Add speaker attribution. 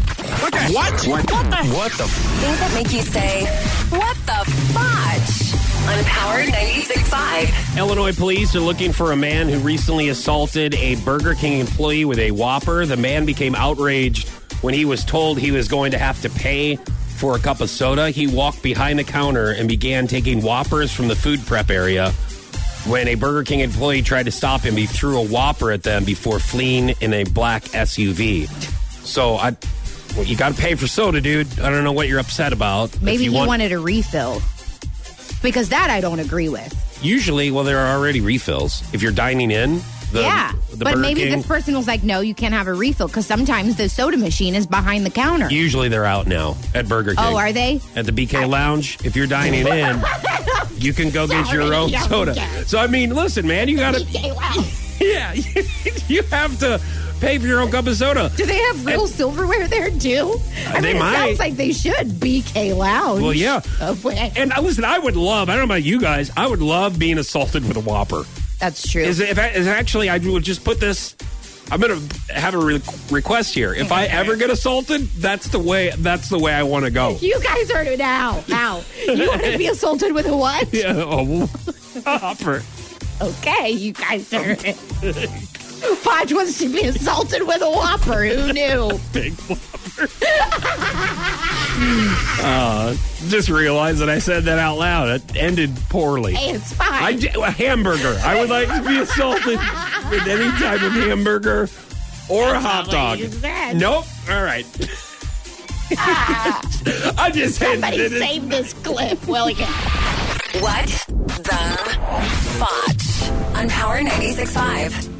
Speaker 1: What? What? What the?
Speaker 2: What the?
Speaker 3: Things that make you say, what the fudge? On Power 96.5.
Speaker 1: Illinois police are looking for a man who recently assaulted a Burger King employee with a Whopper. The man became outraged when he was told he was going to have to pay for a cup of soda. He walked behind the counter and began taking Whoppers from the food prep area. When a Burger King employee tried to stop him, he threw a Whopper at them before fleeing in a black SUV. So I, well, you got to pay for soda, dude. I don't know what you're upset about. If
Speaker 4: Maybe
Speaker 1: you
Speaker 4: he
Speaker 1: want-
Speaker 4: wanted a refill. Because that I don't agree with.
Speaker 1: Usually, well, there are already refills. If you're dining in, the,
Speaker 4: yeah.
Speaker 1: the
Speaker 4: But
Speaker 1: Burger
Speaker 4: maybe
Speaker 1: King,
Speaker 4: this person was like, no, you can't have a refill because sometimes the soda machine is behind the counter.
Speaker 1: usually they're out now at Burger King.
Speaker 4: oh, are they?
Speaker 1: At the BK Lounge, if you're dining in, you can go get your own soda. So I mean, listen, man, you gotta, yeah, you have to pay for your own cup of soda.
Speaker 4: Do they have real silverware there too? I
Speaker 1: They
Speaker 4: mean,
Speaker 1: might.
Speaker 4: it sounds like they should. BK Lounge. Oh,
Speaker 1: Well, yeah.
Speaker 4: Okay.
Speaker 1: And uh, listen, I would love, I don't know about you guys, I would love being assaulted with a Whopper.
Speaker 4: That's true.
Speaker 1: Is, it, if I, is actually, I would just put this. I'm gonna have a re- request here. If I ever get assaulted, that's the way. That's the way I want to go.
Speaker 4: you guys are now. Now you want to be assaulted with a what?
Speaker 1: Yeah, a Whopper.
Speaker 4: Okay, you guys are. Podge wants to be assaulted with a whopper. Who knew?
Speaker 1: Big Whopper. uh, just realized that I said that out loud. It ended poorly.
Speaker 4: Hey, it's
Speaker 1: I
Speaker 4: fine.
Speaker 1: j- a hamburger. I would like to be assaulted with any type of hamburger or a hot dog.
Speaker 4: you said.
Speaker 1: Nope. All right. I just hit
Speaker 4: Somebody save this clip, will ya?
Speaker 3: What the fudge? On Power 96.5.